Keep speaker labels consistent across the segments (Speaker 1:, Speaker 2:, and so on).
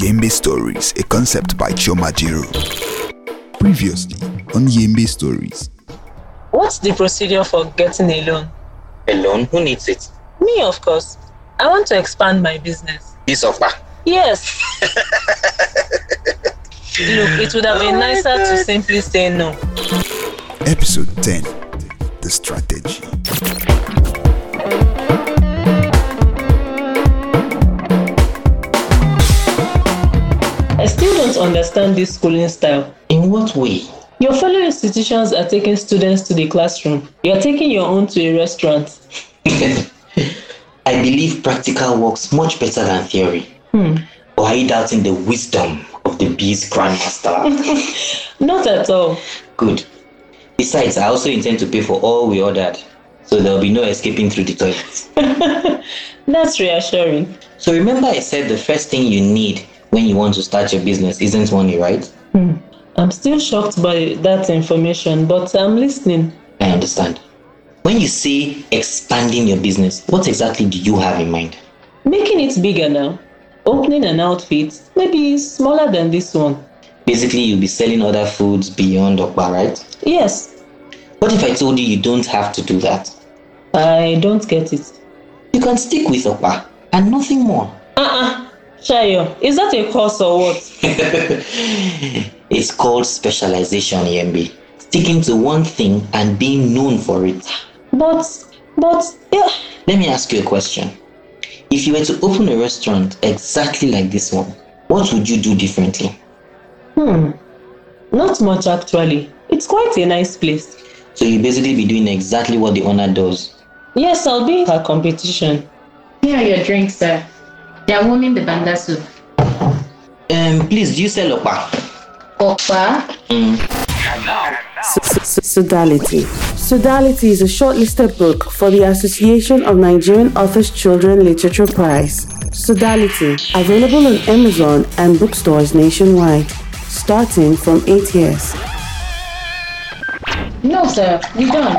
Speaker 1: Yembe Stories, a concept by Choma Jiro. Previously on Yembe Stories.
Speaker 2: What's the procedure for getting a loan?
Speaker 3: A loan? Who needs it?
Speaker 2: Me, of course. I want to expand my business.
Speaker 3: This offer.
Speaker 2: Yes. Look, it would have been nicer to simply say no.
Speaker 1: Episode 10 The Strategy.
Speaker 2: I still don't understand this schooling style.
Speaker 3: In what way?
Speaker 2: Your fellow institutions are taking students to the classroom. You are taking your own to a restaurant.
Speaker 3: I believe practical works much better than theory.
Speaker 2: Hmm.
Speaker 3: Or are you doubting the wisdom of the B's grandmaster?
Speaker 2: Not at all.
Speaker 3: Good. Besides, I also intend to pay for all we ordered, so there will be no escaping through the toilet.
Speaker 2: That's reassuring.
Speaker 3: So remember, I said the first thing you need when you want to start your business isn't money, right?
Speaker 2: I'm still shocked by that information, but I'm listening.
Speaker 3: I understand. When you say expanding your business, what exactly do you have in mind?
Speaker 2: Making it bigger now. Opening an outfit, maybe smaller than this one.
Speaker 3: Basically, you'll be selling other foods beyond Okpa, right?
Speaker 2: Yes,
Speaker 3: What if I told you you don't have to do that?
Speaker 2: I don't get it.
Speaker 3: You can stick with Okpa and nothing more.
Speaker 2: Uh-uh. Shayo, is that a course or what?
Speaker 3: It's called specialization, EMB. Sticking to one thing and being known for it.
Speaker 2: But, but, yeah.
Speaker 3: Let me ask you a question. If you were to open a restaurant exactly like this one, what would you do differently?
Speaker 2: Hmm. Not much actually. It's quite a nice place.
Speaker 3: So you basically be doing exactly what the owner does.
Speaker 2: Yes, I'll be her competition.
Speaker 4: Here are your drinks, sir. They are warming the banda soup.
Speaker 3: Um, please, do you sell Okpa?
Speaker 4: Oh, Okpa,
Speaker 5: Sodality. Sodality is a shortlisted book for the Association of Nigerian Authors Children Literature Prize. Sodality, available on Amazon and bookstores nationwide, starting from 8 years.
Speaker 4: No, sir, we don't.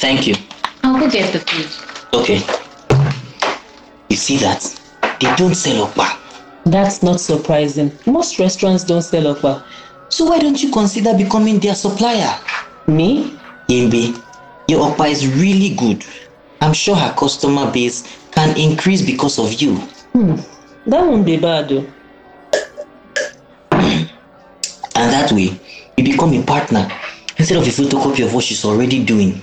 Speaker 3: Thank you.
Speaker 4: I'll go get the food.
Speaker 3: Okay. You see that? They don't sell Okpa.
Speaker 2: That's not surprising. Most restaurants don't sell okpa.
Speaker 3: So why don't you consider becoming their supplier?
Speaker 2: Me?
Speaker 3: Imbi, your Okpa is really good. I'm sure her customer base can increase because of you.
Speaker 2: That won't be bad though.
Speaker 3: And that way, you become a partner instead of a photocopy of what she's already doing.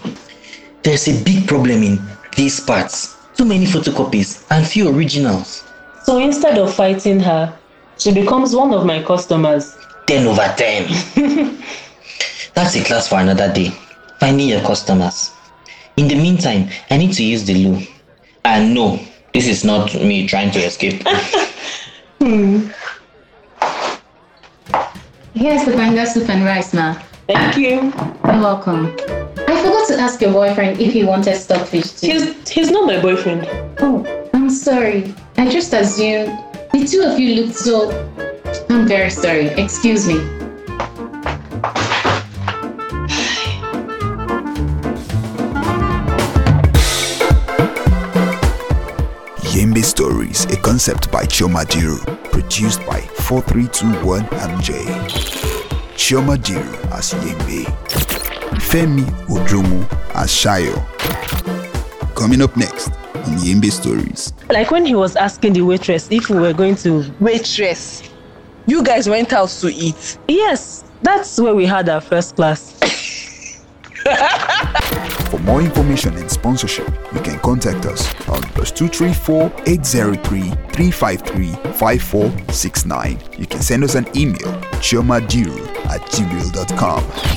Speaker 3: There's a big problem in these parts. Too many photocopies and few originals.
Speaker 2: So instead of fighting her, she becomes one of my customers.
Speaker 3: 10 over 10. That's a class for another day. Finding your customers. In the meantime, I need to use the loo. And no, this is not me trying to escape.
Speaker 4: Here's the banda soup and rice, ma.
Speaker 2: Thank you.
Speaker 4: You're welcome. I forgot to ask your boyfriend if he wanted stockfish too.
Speaker 2: He's he's not my boyfriend.
Speaker 4: Oh, I'm sorry. I just assumed the two of you looked so. I'm very sorry. Excuse me.
Speaker 1: Yembe Stories, a concept by Choma Jiro, produced by 4321 MJ. Choma Jiro as Yembe. Femi Odromu as Shayo. Coming up next on Yembe Stories.
Speaker 2: Like when he was asking the waitress if we were going to
Speaker 6: waitress. You guys went out to eat.
Speaker 2: Yes, that's where we had our first class.
Speaker 1: For more information and sponsorship, you can contact us on plus 234 803 353 5469. You can send us an email, chiomajiru at gmail.com.